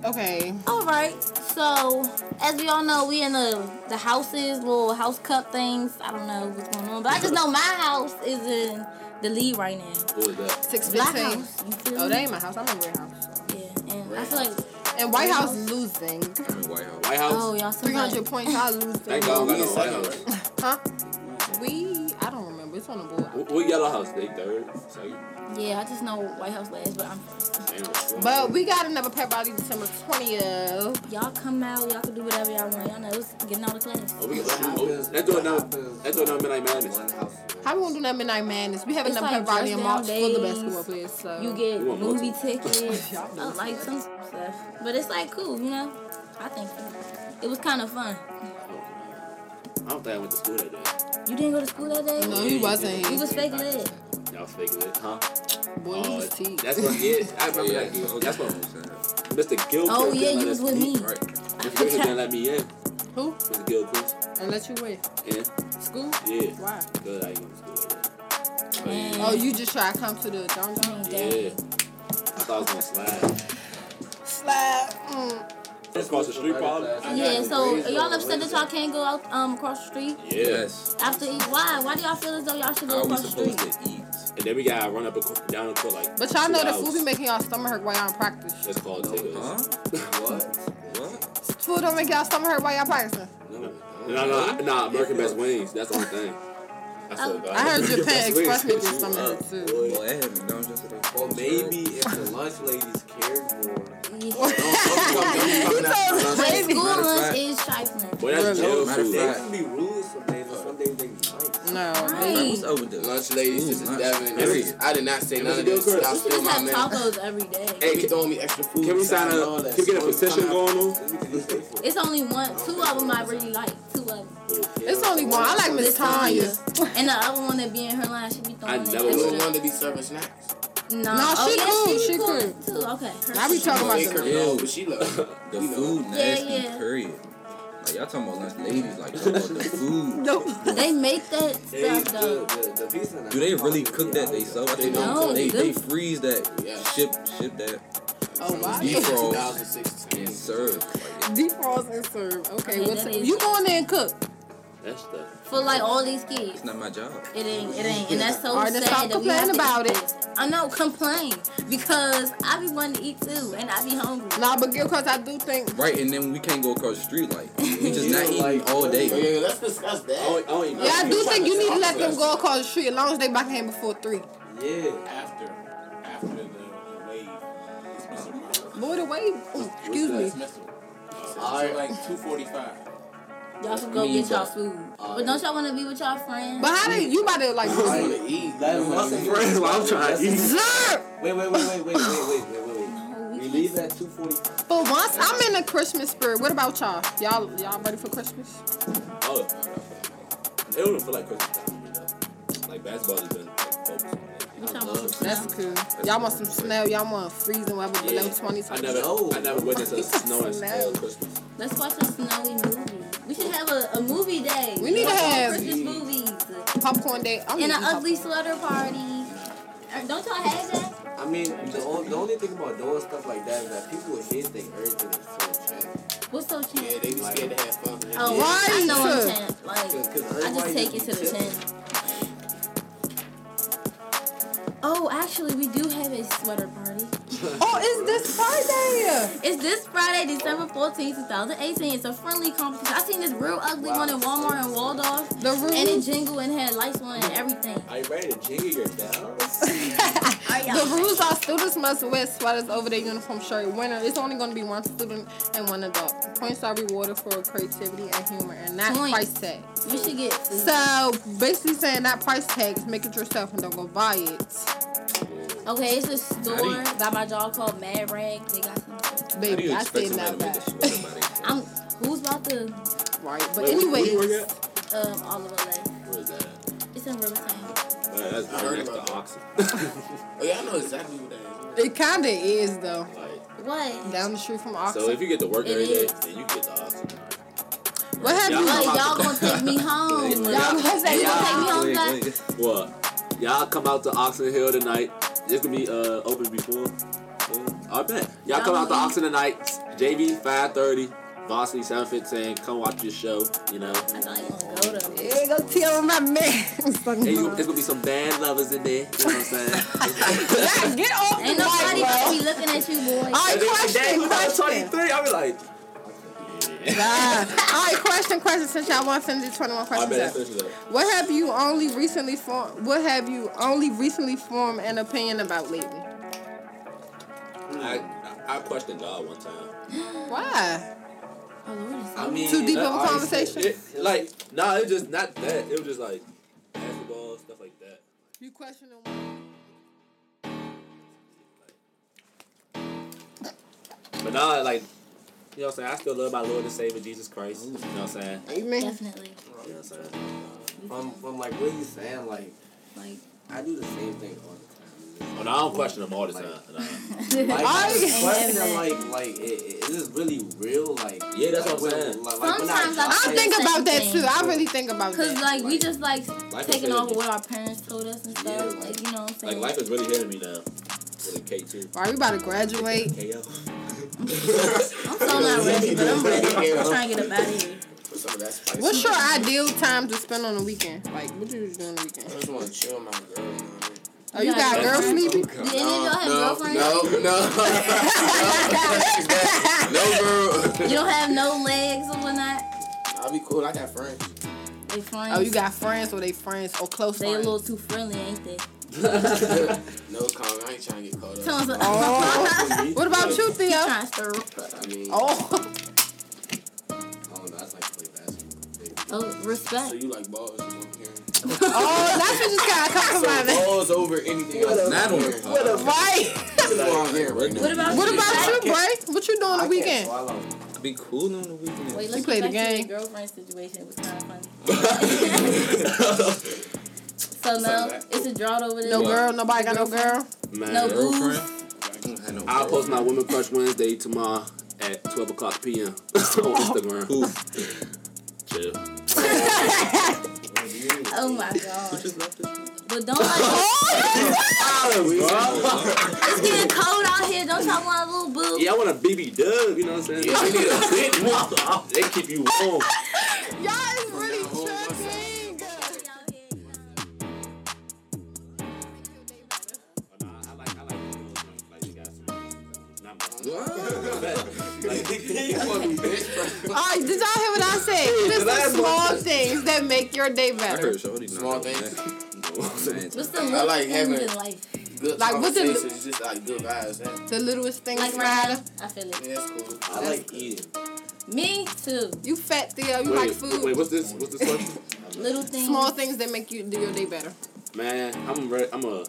[SPEAKER 2] Okay.
[SPEAKER 1] All right. So, as we all know, we in the the houses, little house cup things. I don't know what's going on, but I just know my house is in the lead right now.
[SPEAKER 3] Who is that?
[SPEAKER 2] Six
[SPEAKER 1] Black
[SPEAKER 2] fifteen.
[SPEAKER 1] house. You feel
[SPEAKER 2] Oh,
[SPEAKER 1] me?
[SPEAKER 2] that ain't my house. I'm in Red House.
[SPEAKER 1] Yeah. And I feel like
[SPEAKER 2] And White
[SPEAKER 1] Red
[SPEAKER 2] House
[SPEAKER 1] House?
[SPEAKER 2] losing.
[SPEAKER 5] I'm in White House.
[SPEAKER 3] White House.
[SPEAKER 1] oh y'all so
[SPEAKER 2] Three hundred
[SPEAKER 1] bad.
[SPEAKER 2] points. Y'all losing.
[SPEAKER 3] Thank God we got
[SPEAKER 4] We in
[SPEAKER 3] a White House.
[SPEAKER 4] second, right?
[SPEAKER 2] Huh? We. I don't remember. It's on the board.
[SPEAKER 3] What, what yellow house? They third, second,
[SPEAKER 1] Yeah, I just know White House last, but I'm first.
[SPEAKER 3] same.
[SPEAKER 2] But we got another pep rally December twentieth.
[SPEAKER 1] Y'all come out. Y'all can do whatever y'all want. Y'all know it's getting out of class.
[SPEAKER 3] Oh, we got oh, that door now. That door now midnight madness.
[SPEAKER 2] How we gonna do that midnight madness? We have
[SPEAKER 1] It's
[SPEAKER 2] another
[SPEAKER 1] like
[SPEAKER 2] pep rally
[SPEAKER 1] just
[SPEAKER 2] in March for the
[SPEAKER 1] nowadays,
[SPEAKER 2] basketball players. So
[SPEAKER 1] You get
[SPEAKER 3] You want more?
[SPEAKER 1] movie tickets. I like some stuff, but it's like cool, you know. I think it was kind of fun.
[SPEAKER 3] I don't think I went to school that day.
[SPEAKER 1] You didn't go to school that day.
[SPEAKER 2] No, you wasn't.
[SPEAKER 1] You was fake lit.
[SPEAKER 3] Y'all fake lit, huh?
[SPEAKER 2] Boy, you
[SPEAKER 3] Oh,
[SPEAKER 2] was teeth.
[SPEAKER 3] that's what. Yeah, I
[SPEAKER 5] Oh,
[SPEAKER 3] remember
[SPEAKER 5] yeah,
[SPEAKER 3] that. Game.
[SPEAKER 5] that's
[SPEAKER 3] That's
[SPEAKER 5] what
[SPEAKER 3] what
[SPEAKER 5] I'm saying.
[SPEAKER 3] Mr. Gilchrist.
[SPEAKER 1] Oh yeah,
[SPEAKER 3] didn't let
[SPEAKER 1] you was
[SPEAKER 3] us
[SPEAKER 1] with
[SPEAKER 3] in.
[SPEAKER 1] me.
[SPEAKER 5] Right.
[SPEAKER 3] Mr. Gilchrist didn't let me in.
[SPEAKER 2] Who?
[SPEAKER 3] Mr. Gilchrist.
[SPEAKER 2] And let you win.
[SPEAKER 3] Yeah,
[SPEAKER 2] School?
[SPEAKER 3] yeah.
[SPEAKER 2] Why?
[SPEAKER 3] Good, I ain't going to school that day.
[SPEAKER 1] Man.
[SPEAKER 2] Oh, you just try to come to the Don Don?
[SPEAKER 3] Yeah. I thought I was gonna slide.
[SPEAKER 2] Slap. Mm.
[SPEAKER 3] That's across the street, probably.
[SPEAKER 1] Yeah, so are y'all upset that y'all can't go out um across the street
[SPEAKER 3] Yeah.
[SPEAKER 5] Yes.
[SPEAKER 1] after eat? Why? Why do y'all feel as though y'all should go
[SPEAKER 5] How are we
[SPEAKER 1] across the
[SPEAKER 5] supposed
[SPEAKER 1] street?
[SPEAKER 5] to eat?
[SPEAKER 3] And then we gotta run up and co- down the court like.
[SPEAKER 2] But y'all know
[SPEAKER 3] two
[SPEAKER 2] the
[SPEAKER 3] hours.
[SPEAKER 2] food be making y'all stomach hurt while y'all in practice.
[SPEAKER 3] That's called takeover.
[SPEAKER 5] Huh?
[SPEAKER 4] What?
[SPEAKER 5] What?
[SPEAKER 2] Food don't make y'all stomach hurt while y'all practicing.
[SPEAKER 3] No, no, I- nah, American Best Wings. That's the only thing. I,
[SPEAKER 1] Um,
[SPEAKER 3] about
[SPEAKER 2] Oh, I
[SPEAKER 3] it.
[SPEAKER 2] heard
[SPEAKER 3] American
[SPEAKER 2] Japan
[SPEAKER 3] Best
[SPEAKER 2] Express
[SPEAKER 3] Wings.
[SPEAKER 2] make your stomach hurt too.
[SPEAKER 5] Well, I had McDonald's yesterday.
[SPEAKER 4] Or maybe if the lunch ladies cared more.
[SPEAKER 1] Yeah. But school
[SPEAKER 5] Matter of
[SPEAKER 1] lunch
[SPEAKER 5] fact-
[SPEAKER 1] is trifling.
[SPEAKER 3] Boy, that's jail
[SPEAKER 5] Matter of
[SPEAKER 3] food.
[SPEAKER 5] fact-
[SPEAKER 4] They can be rude some days, but some days they be nice.
[SPEAKER 2] No.
[SPEAKER 1] Right.
[SPEAKER 5] That was overdue.
[SPEAKER 4] Lunch ladies, this is
[SPEAKER 5] lunch.
[SPEAKER 4] Devin.
[SPEAKER 5] Period.
[SPEAKER 4] I did not say
[SPEAKER 3] Hey,
[SPEAKER 4] none
[SPEAKER 3] Mr.
[SPEAKER 4] of this.
[SPEAKER 3] Gilchrist.
[SPEAKER 4] Y'all
[SPEAKER 1] We
[SPEAKER 4] still
[SPEAKER 1] just
[SPEAKER 4] my
[SPEAKER 1] have
[SPEAKER 4] man.
[SPEAKER 1] tacos every day.
[SPEAKER 4] They be throwing me extra food.
[SPEAKER 3] Can we sign
[SPEAKER 4] and
[SPEAKER 3] a?
[SPEAKER 4] all that
[SPEAKER 3] Can we get a
[SPEAKER 4] stuff.
[SPEAKER 3] petition going on?
[SPEAKER 1] It's only one, two of them I really like. Two of them.
[SPEAKER 2] [laughs] It's only one. I like Miss Tanya.
[SPEAKER 1] And the other one that be in her line, she be throwing
[SPEAKER 3] I
[SPEAKER 1] in
[SPEAKER 3] never
[SPEAKER 4] You
[SPEAKER 1] extra.
[SPEAKER 4] don't want to be serving snacks.
[SPEAKER 1] No,
[SPEAKER 2] Nah,
[SPEAKER 1] oh,
[SPEAKER 2] she
[SPEAKER 1] yeah,
[SPEAKER 2] cool,
[SPEAKER 1] She,
[SPEAKER 2] she
[SPEAKER 1] be cool.
[SPEAKER 2] cool.
[SPEAKER 1] Too. Okay. her-
[SPEAKER 2] I be talking about
[SPEAKER 4] Make her
[SPEAKER 2] the
[SPEAKER 4] know, but she love it.
[SPEAKER 5] The
[SPEAKER 4] You know.
[SPEAKER 5] food
[SPEAKER 1] Yeah,
[SPEAKER 5] nasty,
[SPEAKER 1] yeah.
[SPEAKER 5] period. Like, y'all talking about lunch ladies, like, talking about the food.
[SPEAKER 1] [laughs] They make that stuff though.
[SPEAKER 5] Do they really cook that they sell? I think
[SPEAKER 1] No,
[SPEAKER 5] they,
[SPEAKER 1] they
[SPEAKER 5] they,
[SPEAKER 1] do.
[SPEAKER 5] freeze that,
[SPEAKER 4] Yeah.
[SPEAKER 5] ship ship that,
[SPEAKER 2] [laughs] Oh, wow.
[SPEAKER 5] Deep froze.
[SPEAKER 4] 2016.
[SPEAKER 5] and serve. Like,
[SPEAKER 2] Defrost and serve. Okay,
[SPEAKER 1] Okay,
[SPEAKER 2] well,
[SPEAKER 1] that
[SPEAKER 2] t-
[SPEAKER 1] is-
[SPEAKER 2] you go in there and cook.
[SPEAKER 3] That's the.
[SPEAKER 1] For like all these kids.
[SPEAKER 5] it's not my job.
[SPEAKER 1] It ain't, it ain't, and that's so
[SPEAKER 2] Alright, then
[SPEAKER 1] sad.
[SPEAKER 2] stop
[SPEAKER 1] that we have
[SPEAKER 2] complaining
[SPEAKER 1] to
[SPEAKER 2] about
[SPEAKER 1] eat
[SPEAKER 2] it.
[SPEAKER 1] this. I know, complain because I be wanting to eat too, and I be hungry.
[SPEAKER 2] Nah, but because I do think
[SPEAKER 5] Right, and then we can't go across the
[SPEAKER 1] [laughs]
[SPEAKER 5] street, like, we just not eating all
[SPEAKER 4] Yeah,
[SPEAKER 5] day.
[SPEAKER 4] yeah, let's discuss that.
[SPEAKER 3] I don't, I don't even know.
[SPEAKER 2] Yeah, I do think you need to let them go across the street as long as they back in before three.
[SPEAKER 4] Yeah, after, after the, the wave.
[SPEAKER 2] Boy, the wave. Ooh, excuse me.
[SPEAKER 4] All right, like two forty-five.
[SPEAKER 1] Y'all should go
[SPEAKER 5] Me
[SPEAKER 1] get y'all
[SPEAKER 5] either.
[SPEAKER 1] food. But don't y'all want to be with y'all friends?
[SPEAKER 2] But how did you about to like
[SPEAKER 4] I want to eat. Let him
[SPEAKER 3] Friends, while I'm trying to eat.
[SPEAKER 2] observe?
[SPEAKER 6] Wait, wait, wait, wait, wait, wait, wait, wait, wait.
[SPEAKER 1] No,
[SPEAKER 6] We
[SPEAKER 1] we can't.
[SPEAKER 6] leave at 245.
[SPEAKER 2] For once, I'm in the Christmas spirit. What about y'all? Y'all, y'all ready for Christmas?
[SPEAKER 3] Oh, it don't feel like Christmas time. basketball has been like, focused on that.
[SPEAKER 1] You talking
[SPEAKER 3] I
[SPEAKER 1] about
[SPEAKER 3] love-
[SPEAKER 1] some
[SPEAKER 2] That's cool. Y'all want some snow? Y'all want freezing weather
[SPEAKER 3] Yeah.
[SPEAKER 2] below 20?
[SPEAKER 3] I never,
[SPEAKER 6] No.
[SPEAKER 3] I never witnessed a snow and
[SPEAKER 2] Snow.
[SPEAKER 3] hail Christmas.
[SPEAKER 1] Let's watch a snowy movie. We should have a, a movie day.
[SPEAKER 2] We need to have-
[SPEAKER 1] Christmas movies
[SPEAKER 2] popcorn day. I'm
[SPEAKER 1] and
[SPEAKER 2] eating
[SPEAKER 1] an ugly
[SPEAKER 2] popcorn.
[SPEAKER 1] sweater party. Uh, Don't y'all have that?
[SPEAKER 6] I mean, the, on- the only thing about those stuff like that is that people will hit their urge and so trapped.
[SPEAKER 1] What's so
[SPEAKER 4] Yeah,
[SPEAKER 1] champ?
[SPEAKER 4] they be scared to have fun.
[SPEAKER 1] Oh,
[SPEAKER 2] Right.
[SPEAKER 1] I know I'm champ.
[SPEAKER 6] Cause,
[SPEAKER 1] Like,
[SPEAKER 6] 'cause
[SPEAKER 1] I just
[SPEAKER 6] everybody
[SPEAKER 1] take it to
[SPEAKER 6] be
[SPEAKER 1] the
[SPEAKER 6] tipping.
[SPEAKER 1] tent. Oh, actually, we do have a sweater party.
[SPEAKER 2] Oh, it's this Friday.
[SPEAKER 1] It's this Friday, December 14, 2018. It's a friendly competition. I seen this real ugly one in Walmart and Waldorf,
[SPEAKER 2] The
[SPEAKER 1] and it
[SPEAKER 2] rules,
[SPEAKER 1] jingled and had lights on and everything.
[SPEAKER 3] Are you ready to jingle
[SPEAKER 1] [laughs]
[SPEAKER 3] your bells?
[SPEAKER 2] the rules are students must wear sweaters over their uniform shirt. Winner, it's only going to be one student and one adult. Points are rewarded for creativity and humor and not
[SPEAKER 1] Points.
[SPEAKER 2] price tag.
[SPEAKER 1] We should get
[SPEAKER 2] So basically saying that price tag is make it yourself and don't go buy it.
[SPEAKER 1] Okay, it's a store
[SPEAKER 3] How do
[SPEAKER 1] by my job called Mad Rag. They got some.
[SPEAKER 5] How do
[SPEAKER 2] Baby,
[SPEAKER 5] you
[SPEAKER 2] I
[SPEAKER 5] expect
[SPEAKER 2] said
[SPEAKER 5] somebody
[SPEAKER 2] not
[SPEAKER 5] to make a
[SPEAKER 2] that.
[SPEAKER 5] sweater by themselves?
[SPEAKER 1] I'm. Who's about to
[SPEAKER 2] Right. But
[SPEAKER 3] Wait, where- where you work
[SPEAKER 2] anyway,
[SPEAKER 3] at?
[SPEAKER 1] um all of LA?
[SPEAKER 3] Where is that?
[SPEAKER 1] It's in Rivertown.
[SPEAKER 3] Uh, that's
[SPEAKER 4] I
[SPEAKER 3] right
[SPEAKER 4] heard
[SPEAKER 3] next
[SPEAKER 4] about
[SPEAKER 3] to
[SPEAKER 4] that.
[SPEAKER 3] Oxy.
[SPEAKER 4] Oh, yeah, I know exactly what that is.
[SPEAKER 2] it kinda is though.
[SPEAKER 3] [laughs] Like,
[SPEAKER 1] What?
[SPEAKER 2] Down the street from Oxford.
[SPEAKER 3] so if you get to work
[SPEAKER 1] It
[SPEAKER 3] every day,
[SPEAKER 1] is.
[SPEAKER 3] then you get to Oxy.
[SPEAKER 2] what have
[SPEAKER 3] Y'all
[SPEAKER 2] you?
[SPEAKER 1] Like
[SPEAKER 3] come
[SPEAKER 1] y'all
[SPEAKER 3] out
[SPEAKER 1] gonna take me
[SPEAKER 3] [laughs]
[SPEAKER 1] home?
[SPEAKER 5] Y'all-
[SPEAKER 1] Oh, [laughs] y'all gonna take me home?
[SPEAKER 5] Wait,
[SPEAKER 1] guys?
[SPEAKER 5] wait.
[SPEAKER 3] to- What? Y'all come out to Oxon Hill tonight. It's gonna be uh open before. Yeah, I bet. Y'all come out to Oxon tonight. JV 5:30, Varsity 7:15. Come watch this show. You know.
[SPEAKER 1] I thought you gonna go to. it.
[SPEAKER 2] Yeah, go tell my man. [laughs]
[SPEAKER 3] Hey, you- it's gonna be some bad lovers in there. You know what
[SPEAKER 2] [laughs]
[SPEAKER 3] I'm saying?
[SPEAKER 2] Yeah, get off
[SPEAKER 1] Ain't
[SPEAKER 2] the
[SPEAKER 1] nobody
[SPEAKER 2] white,
[SPEAKER 1] gonna
[SPEAKER 2] bro.
[SPEAKER 1] be looking at you, boy.
[SPEAKER 2] All right,
[SPEAKER 3] And then today,
[SPEAKER 2] question,
[SPEAKER 3] when I was
[SPEAKER 2] question.
[SPEAKER 3] 23, I be like,
[SPEAKER 2] Nah. All right, question, question. Since y'all want to finish the 21
[SPEAKER 3] I bet
[SPEAKER 2] questions up. What have you only recently formed? What have you only recently formed an opinion about lately?
[SPEAKER 3] I, I, I questioned God one time.
[SPEAKER 2] Why?
[SPEAKER 1] Oh Lord, it's
[SPEAKER 6] I mean,
[SPEAKER 2] Too deep
[SPEAKER 6] that
[SPEAKER 2] of a
[SPEAKER 6] ice-
[SPEAKER 2] conversation?
[SPEAKER 3] It, like, nah, it was just not that. It was just like basketball, stuff like that.
[SPEAKER 2] You questioning?
[SPEAKER 3] But nah, like, you know what I'm saying? I still love my Lord and Savior Jesus Christ. You know what I'm saying?
[SPEAKER 2] Amen.
[SPEAKER 1] definitely.
[SPEAKER 3] You know what I'm saying?
[SPEAKER 6] From, from like what you saying, like
[SPEAKER 1] Like,
[SPEAKER 6] I do the same thing all the time.
[SPEAKER 3] Oh, no, I don't question him all the time. Nah.
[SPEAKER 1] [laughs]
[SPEAKER 6] Like,
[SPEAKER 2] I-
[SPEAKER 6] I just question,
[SPEAKER 1] Amen.
[SPEAKER 6] like, like, i- i- is this really real? Like,
[SPEAKER 3] Yeah, that's what I'm
[SPEAKER 6] like,
[SPEAKER 3] saying.
[SPEAKER 6] Like, like, when
[SPEAKER 1] Sometimes I
[SPEAKER 2] I
[SPEAKER 1] Say the
[SPEAKER 2] think
[SPEAKER 1] same
[SPEAKER 2] about that
[SPEAKER 1] thing.
[SPEAKER 2] too. I really think about
[SPEAKER 1] cause
[SPEAKER 2] that.
[SPEAKER 1] like we just like
[SPEAKER 3] Life is
[SPEAKER 1] taking
[SPEAKER 3] hitting
[SPEAKER 1] off
[SPEAKER 3] me.
[SPEAKER 1] what our parents told us and
[SPEAKER 6] Yeah,
[SPEAKER 1] stuff.
[SPEAKER 6] like-
[SPEAKER 1] Like you know what I'm
[SPEAKER 3] Like,
[SPEAKER 1] saying?
[SPEAKER 3] life is really hitting me now. With a K2.
[SPEAKER 2] Why we about to graduate?
[SPEAKER 3] KO.
[SPEAKER 1] I'm so not ready, but I'm ready.
[SPEAKER 3] [laughs]
[SPEAKER 1] I'm trying to get up out of here.
[SPEAKER 4] Put some of that spice.
[SPEAKER 2] What's
[SPEAKER 4] in
[SPEAKER 2] your
[SPEAKER 4] it.
[SPEAKER 2] ideal time to spend on the weekend? Like, what do you do on the
[SPEAKER 4] I
[SPEAKER 2] weekend?
[SPEAKER 4] just want to chill my girl. You know what I mean?
[SPEAKER 2] Oh, you got girl sleepy?
[SPEAKER 1] Did any of y'all have girlfriends?
[SPEAKER 4] no, no,
[SPEAKER 1] [laughs]
[SPEAKER 4] no, no, girl.
[SPEAKER 1] You don't have no legs or whatnot.
[SPEAKER 4] I'll be cool. I got friends. [laughs]
[SPEAKER 1] They friends.
[SPEAKER 2] Oh, you got friends or they friends or close
[SPEAKER 1] They a
[SPEAKER 2] friends?
[SPEAKER 1] little too friendly, ain't they?
[SPEAKER 4] No comment. I ain't trying to get caught
[SPEAKER 1] Tell
[SPEAKER 4] up.
[SPEAKER 1] us a-
[SPEAKER 2] Oh.
[SPEAKER 1] [laughs]
[SPEAKER 2] [laughs] What about you, Theo?
[SPEAKER 1] trying to stir up.
[SPEAKER 4] I mean,
[SPEAKER 2] Oh, [laughs]
[SPEAKER 6] I don't know. I just like to play basketball.
[SPEAKER 1] Oh,
[SPEAKER 4] so
[SPEAKER 1] respect.
[SPEAKER 4] you like balls? You know, here.
[SPEAKER 2] oh, that's what just gotta come from my
[SPEAKER 4] So
[SPEAKER 2] man.
[SPEAKER 4] balls over anything else.
[SPEAKER 5] Not
[SPEAKER 4] I'm
[SPEAKER 5] on
[SPEAKER 4] here.
[SPEAKER 5] the pod.
[SPEAKER 2] Right.
[SPEAKER 4] That's what I'm here right now.
[SPEAKER 1] What about
[SPEAKER 2] What
[SPEAKER 1] you?
[SPEAKER 2] about you, Bray? What you doing on
[SPEAKER 6] I
[SPEAKER 2] the
[SPEAKER 6] can't
[SPEAKER 2] weekend?
[SPEAKER 6] swallow.
[SPEAKER 5] Be cool on the weekend.
[SPEAKER 1] Wait,
[SPEAKER 2] She
[SPEAKER 1] let's
[SPEAKER 2] played
[SPEAKER 1] get
[SPEAKER 2] the
[SPEAKER 1] back to
[SPEAKER 2] game.
[SPEAKER 1] the girlfriend situation. It was kind of funny. [laughs] so no, it's a drought over there.
[SPEAKER 2] No girl. Nobody got no girl.
[SPEAKER 3] Man,
[SPEAKER 1] No
[SPEAKER 5] Girlfriend?
[SPEAKER 1] booze.
[SPEAKER 5] I know.
[SPEAKER 3] I'll post my Women Crush Wednesday tomorrow at 12 o'clock p.m. [laughs] on Instagram.
[SPEAKER 5] Cool.
[SPEAKER 3] Chill.
[SPEAKER 1] [laughs] Oh my god.
[SPEAKER 5] Just left this one.
[SPEAKER 1] But don't like it's getting cold out here. Don't y'all want a little boo?
[SPEAKER 3] Yeah, I want a BB dub, you know what I'm saying?
[SPEAKER 4] Yeah, we need a
[SPEAKER 3] big [laughs] one. They keep you warm.
[SPEAKER 2] Y'all is really tripping.
[SPEAKER 1] Out here.
[SPEAKER 3] [laughs]
[SPEAKER 2] All right, did y'all hear what I said? Just the small things that make your day
[SPEAKER 5] I
[SPEAKER 2] better.
[SPEAKER 5] heard Shorty not
[SPEAKER 4] Small
[SPEAKER 5] on that. [laughs] No,
[SPEAKER 1] What's the
[SPEAKER 4] I
[SPEAKER 1] little
[SPEAKER 4] [laughs] like
[SPEAKER 1] things
[SPEAKER 4] having-
[SPEAKER 1] in life?
[SPEAKER 4] Good
[SPEAKER 2] Like, what's it-
[SPEAKER 4] conversations, just like good vibes. That,
[SPEAKER 2] The littlest things
[SPEAKER 1] Like right
[SPEAKER 2] matter.
[SPEAKER 1] now, I feel it.
[SPEAKER 4] yeah, that's cool.
[SPEAKER 6] I like eating.
[SPEAKER 1] Me too.
[SPEAKER 2] You fat Theo. You like
[SPEAKER 3] Wait,
[SPEAKER 2] food.
[SPEAKER 3] wait, what's this? What's this question?
[SPEAKER 1] Little things.
[SPEAKER 2] Small things that make you do your day better.
[SPEAKER 3] Man, I'm re- I'm a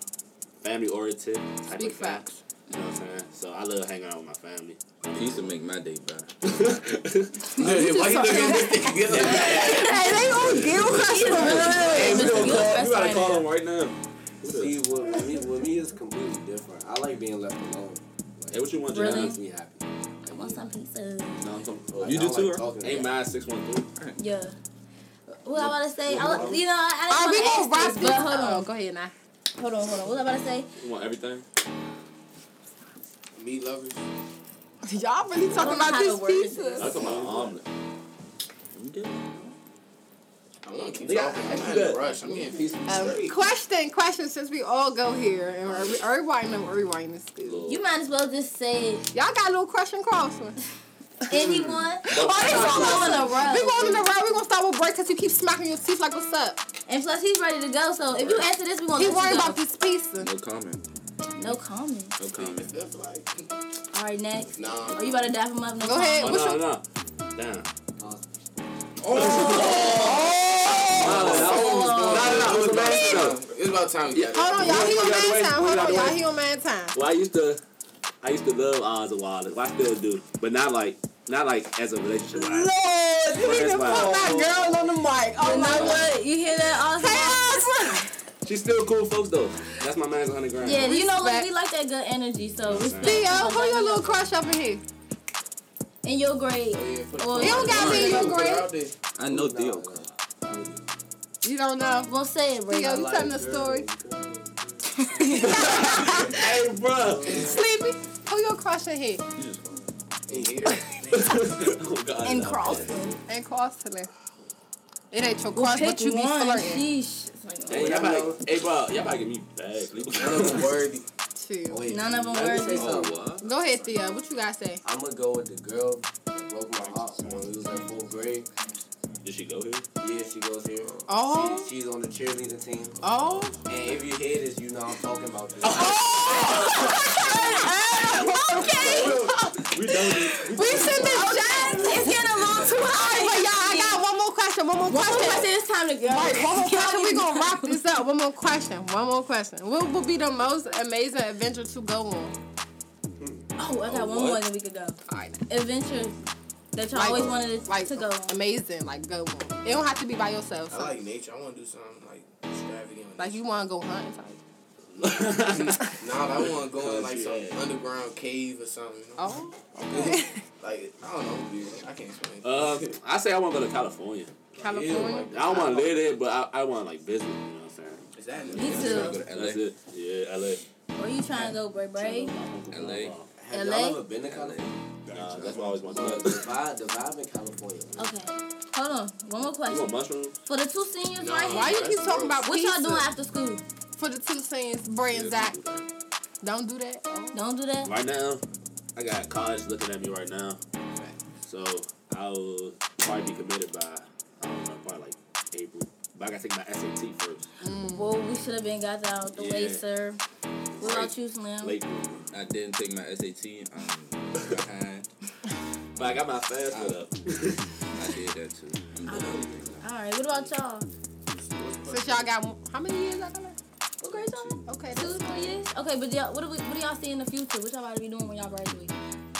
[SPEAKER 3] family oriented type
[SPEAKER 2] Big
[SPEAKER 3] of guy.
[SPEAKER 2] facts.
[SPEAKER 3] You know what I'm saying? So I love hanging out with my family.
[SPEAKER 5] He used to make my day better.
[SPEAKER 4] Why you looking at this nigga like that?
[SPEAKER 2] Hey, they gonna give us the
[SPEAKER 3] Hey, we
[SPEAKER 1] You
[SPEAKER 3] gonna
[SPEAKER 1] a
[SPEAKER 3] call.
[SPEAKER 1] best
[SPEAKER 3] We gotta
[SPEAKER 1] friend.
[SPEAKER 3] call him right now.
[SPEAKER 6] See, with with me, with me, it's completely different. I like being left alone.
[SPEAKER 3] Hey, what you want,
[SPEAKER 1] Really?
[SPEAKER 3] John?
[SPEAKER 6] Makes me happy.
[SPEAKER 1] I want some pizza.
[SPEAKER 6] No, I'm talking- like,
[SPEAKER 3] You
[SPEAKER 6] I
[SPEAKER 3] do
[SPEAKER 6] don't
[SPEAKER 3] too,
[SPEAKER 6] like
[SPEAKER 3] girl?
[SPEAKER 6] talking to
[SPEAKER 3] Ain't
[SPEAKER 6] that.
[SPEAKER 3] mine six one three.
[SPEAKER 1] Yeah. What I about to say? I, was- you know,
[SPEAKER 2] Are we
[SPEAKER 1] I, I
[SPEAKER 2] gonna
[SPEAKER 1] didn't want to
[SPEAKER 2] wrap
[SPEAKER 1] ask this,
[SPEAKER 2] this?
[SPEAKER 1] but hold on.
[SPEAKER 2] go ahead now.
[SPEAKER 1] Hold on, hold on. What was I about to say?
[SPEAKER 3] You want everything?
[SPEAKER 4] Meat lovers.
[SPEAKER 2] Y'all
[SPEAKER 1] I
[SPEAKER 2] really
[SPEAKER 1] don't
[SPEAKER 2] talking
[SPEAKER 1] know
[SPEAKER 2] about
[SPEAKER 1] how to
[SPEAKER 2] this
[SPEAKER 1] word this.
[SPEAKER 2] pizza?
[SPEAKER 3] I'm talking about omelet.
[SPEAKER 4] I want to keep
[SPEAKER 6] Yeah,
[SPEAKER 4] talking. I'm
[SPEAKER 6] I- I
[SPEAKER 4] not
[SPEAKER 6] do
[SPEAKER 4] in a
[SPEAKER 6] that.
[SPEAKER 4] rush. I'm getting peace and
[SPEAKER 2] Um,
[SPEAKER 4] straight.
[SPEAKER 2] question, question. Since we all go here and every- everybody know everybody is good.
[SPEAKER 1] You might as well just say
[SPEAKER 2] [laughs] Y'all got a little question cross one.
[SPEAKER 1] anyone.
[SPEAKER 2] Oh, this
[SPEAKER 1] We're going
[SPEAKER 2] all
[SPEAKER 1] in a
[SPEAKER 3] Oh.
[SPEAKER 1] row.
[SPEAKER 2] We going in the row. We gonna start with break because you keep smacking your teeth like what's up.
[SPEAKER 1] And plus, he's ready to go. So if you answer this,
[SPEAKER 3] Oh,
[SPEAKER 1] we
[SPEAKER 2] He
[SPEAKER 1] gonna let
[SPEAKER 2] worried
[SPEAKER 1] you
[SPEAKER 2] about
[SPEAKER 1] go.
[SPEAKER 2] this pizza.
[SPEAKER 5] No comment.
[SPEAKER 1] No comment.
[SPEAKER 5] No comment.
[SPEAKER 4] That's like,
[SPEAKER 1] All right, next.
[SPEAKER 4] nah.
[SPEAKER 1] Oh, you about to dap him up? No
[SPEAKER 2] Go ahead.
[SPEAKER 3] Oh,
[SPEAKER 1] comment.
[SPEAKER 2] What's
[SPEAKER 3] no,
[SPEAKER 2] your-
[SPEAKER 3] no. Damn.
[SPEAKER 6] Oh,
[SPEAKER 4] It was
[SPEAKER 3] No, no, no.
[SPEAKER 4] about
[SPEAKER 3] It was
[SPEAKER 4] time.
[SPEAKER 3] bad
[SPEAKER 4] It was about time we got
[SPEAKER 2] Hold on, y'all. He on
[SPEAKER 3] Get out the
[SPEAKER 2] man
[SPEAKER 3] way.
[SPEAKER 2] time. Hold
[SPEAKER 3] Get
[SPEAKER 2] on,
[SPEAKER 3] out the
[SPEAKER 2] y'all.
[SPEAKER 3] way.
[SPEAKER 2] He on man time.
[SPEAKER 3] Well, I used to, I used to love Oz and Wallace. Well, I still do, but not like, not like as a relationship.
[SPEAKER 2] Lord,
[SPEAKER 3] wise.
[SPEAKER 2] you need to put
[SPEAKER 3] That's why-
[SPEAKER 2] my girl on the mic.
[SPEAKER 1] You
[SPEAKER 2] Oh my
[SPEAKER 1] know
[SPEAKER 2] god.
[SPEAKER 1] what? You hear that? All
[SPEAKER 2] Hey, Oz.
[SPEAKER 3] She's still cool, folks. Though that's my man's hundred grand.
[SPEAKER 1] Yeah, you know what?
[SPEAKER 2] Respect.
[SPEAKER 1] We like that good energy. So respect.
[SPEAKER 2] Theo, who your little crush up in here?
[SPEAKER 1] in your grade. Well,
[SPEAKER 2] You don't got me in your grade.
[SPEAKER 5] I know Theo.
[SPEAKER 2] You don't know.
[SPEAKER 1] Well, say it, bro.
[SPEAKER 2] Theo, you telling the story.
[SPEAKER 3] Hey, bro. [laughs]
[SPEAKER 2] Sleepy, who your crush in here?
[SPEAKER 3] oh God.
[SPEAKER 1] And
[SPEAKER 3] no.
[SPEAKER 1] Carlson.
[SPEAKER 2] And Crossland. It ain't your crush, but you be flirting.
[SPEAKER 1] Sheesh. It's like,
[SPEAKER 3] Hey, y'all about, hey, bro. Y'all about give me bad sleep.
[SPEAKER 4] [laughs] worthy.
[SPEAKER 2] Chill.
[SPEAKER 6] Wait,
[SPEAKER 1] None of them
[SPEAKER 6] let me say
[SPEAKER 1] worthy.
[SPEAKER 5] Oh,
[SPEAKER 6] something.
[SPEAKER 5] what?
[SPEAKER 2] Go ahead, Theo. What you guys say?
[SPEAKER 6] I'm gonna go with the girl that broke my heart when we was in fourth grade.
[SPEAKER 3] Did she go here?
[SPEAKER 6] Yeah, she goes here.
[SPEAKER 2] Oh.
[SPEAKER 6] She, she's on the cheerleading team.
[SPEAKER 2] Oh.
[SPEAKER 3] [laughs]
[SPEAKER 6] And if you hear this, you know I'm talking about this.
[SPEAKER 2] okay.
[SPEAKER 3] We done it.
[SPEAKER 2] We send the shots.
[SPEAKER 1] It's getting a little too high.
[SPEAKER 2] Wait, y'all, I got one more question. One more question.
[SPEAKER 1] It's time to go.
[SPEAKER 2] Wait, one
[SPEAKER 1] [laughs]
[SPEAKER 2] more question. We gonna wrap this up. One more question. One more question. What would be the most amazing adventure to go on?
[SPEAKER 1] Oh, I got one more that we could go.
[SPEAKER 2] All right.
[SPEAKER 1] Adventure that y'all
[SPEAKER 2] Like-
[SPEAKER 1] always wanted to,
[SPEAKER 2] Like
[SPEAKER 1] to go on.
[SPEAKER 2] amazing. Like go on. It don't have to be by yourself.
[SPEAKER 4] I
[SPEAKER 2] so-
[SPEAKER 4] like nature. I want to do something like extravagant.
[SPEAKER 2] Like you want to go hunting. Type.
[SPEAKER 4] Nah, I want to go in like
[SPEAKER 3] Country
[SPEAKER 4] some
[SPEAKER 3] ass.
[SPEAKER 4] underground cave or something. You know?
[SPEAKER 2] Oh.
[SPEAKER 4] Like I don't know, dude. I can't explain. [laughs]
[SPEAKER 3] Uh, I say I want to go to California.
[SPEAKER 4] Yeah,
[SPEAKER 2] California.
[SPEAKER 4] like,
[SPEAKER 3] I don't want to live there, but I, I want to like visit. You know what I'm saying?
[SPEAKER 4] Is that
[SPEAKER 1] Me
[SPEAKER 5] Tryna
[SPEAKER 1] too.
[SPEAKER 5] go to LA?
[SPEAKER 3] That's it. Yeah, LA.
[SPEAKER 1] Where you trying to go, Bray Bray?
[SPEAKER 5] LA.
[SPEAKER 6] Have y'all
[SPEAKER 1] LA?
[SPEAKER 6] ever been to California?
[SPEAKER 3] Nah, that's what I always want.
[SPEAKER 6] Bro, the
[SPEAKER 3] You
[SPEAKER 6] vibe, the vibe in California. man.
[SPEAKER 1] Okay. Hold on. One more question.
[SPEAKER 3] want mushrooms?
[SPEAKER 1] For the two seniors
[SPEAKER 4] Nah.
[SPEAKER 1] right here,
[SPEAKER 2] Why you keep talking about
[SPEAKER 1] what y'all
[SPEAKER 2] pizza?
[SPEAKER 1] doing after school?
[SPEAKER 2] for the two scenes, Bray and Zach? Don't do that.
[SPEAKER 1] Don't do that.
[SPEAKER 3] Right now, I got college looking at me right now. So I will probably be committed by I don't know, probably like April. But I gotta take my SAT first.
[SPEAKER 1] Well, we should have been got that out the way,
[SPEAKER 3] Yeah.
[SPEAKER 1] sir. What about
[SPEAKER 3] Late-
[SPEAKER 1] you, Slim?
[SPEAKER 3] Late bloomer.
[SPEAKER 5] I didn't take my SAT. [laughs] I'm behind.
[SPEAKER 3] But I got my fast up.
[SPEAKER 5] I did that too. I'm doing everything now.
[SPEAKER 1] All right. What about y'all?
[SPEAKER 2] Since y'all got m- how many years I got left?
[SPEAKER 1] What grade y'all? in?
[SPEAKER 2] Okay.
[SPEAKER 1] Two,
[SPEAKER 2] that's-
[SPEAKER 1] three years. Okay, but y'all, what do we, what do y'all see in the future? What y'all about to be doing when y'all graduate?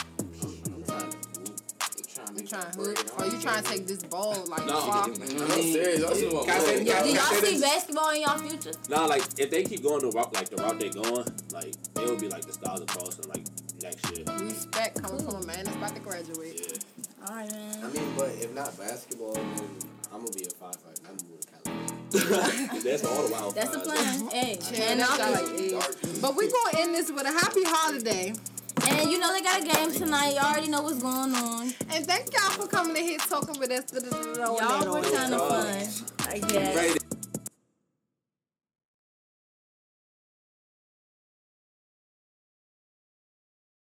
[SPEAKER 4] I'm trying to. I'm trying to
[SPEAKER 2] You
[SPEAKER 4] make
[SPEAKER 2] trying
[SPEAKER 4] some
[SPEAKER 2] to hook?
[SPEAKER 4] bread.
[SPEAKER 2] Or you trying to take this ball like
[SPEAKER 3] No.
[SPEAKER 2] far?
[SPEAKER 4] I'm serious. I just want
[SPEAKER 3] Can I say-
[SPEAKER 4] bread.
[SPEAKER 3] can I-
[SPEAKER 1] Do
[SPEAKER 3] Yeah,
[SPEAKER 1] y'all
[SPEAKER 3] I said
[SPEAKER 1] see
[SPEAKER 3] it's-
[SPEAKER 1] basketball in y'all future?
[SPEAKER 3] Nah, like if they keep going the route like the route they going, like they will be like the stars of Boston like next year.
[SPEAKER 2] Respect coming from a man that's about to graduate.
[SPEAKER 3] Yeah.
[SPEAKER 1] All right,
[SPEAKER 6] I
[SPEAKER 1] man.
[SPEAKER 6] mean, but if not basketball, then I'm gonna be a firefighter. I'm gonna move to California.
[SPEAKER 1] [laughs]
[SPEAKER 3] That's all the wild.
[SPEAKER 1] That's the
[SPEAKER 3] cards.
[SPEAKER 1] plan. Hey,
[SPEAKER 2] And
[SPEAKER 1] and, uh,
[SPEAKER 2] I
[SPEAKER 1] y'all-
[SPEAKER 2] got like eight. But we gonna end this with a happy holiday.
[SPEAKER 1] and you know they got a game tonight. Y'all already know what's going on.
[SPEAKER 2] And thank y'all for coming in here talking with us.
[SPEAKER 1] Y'all were kind of fun. I guess.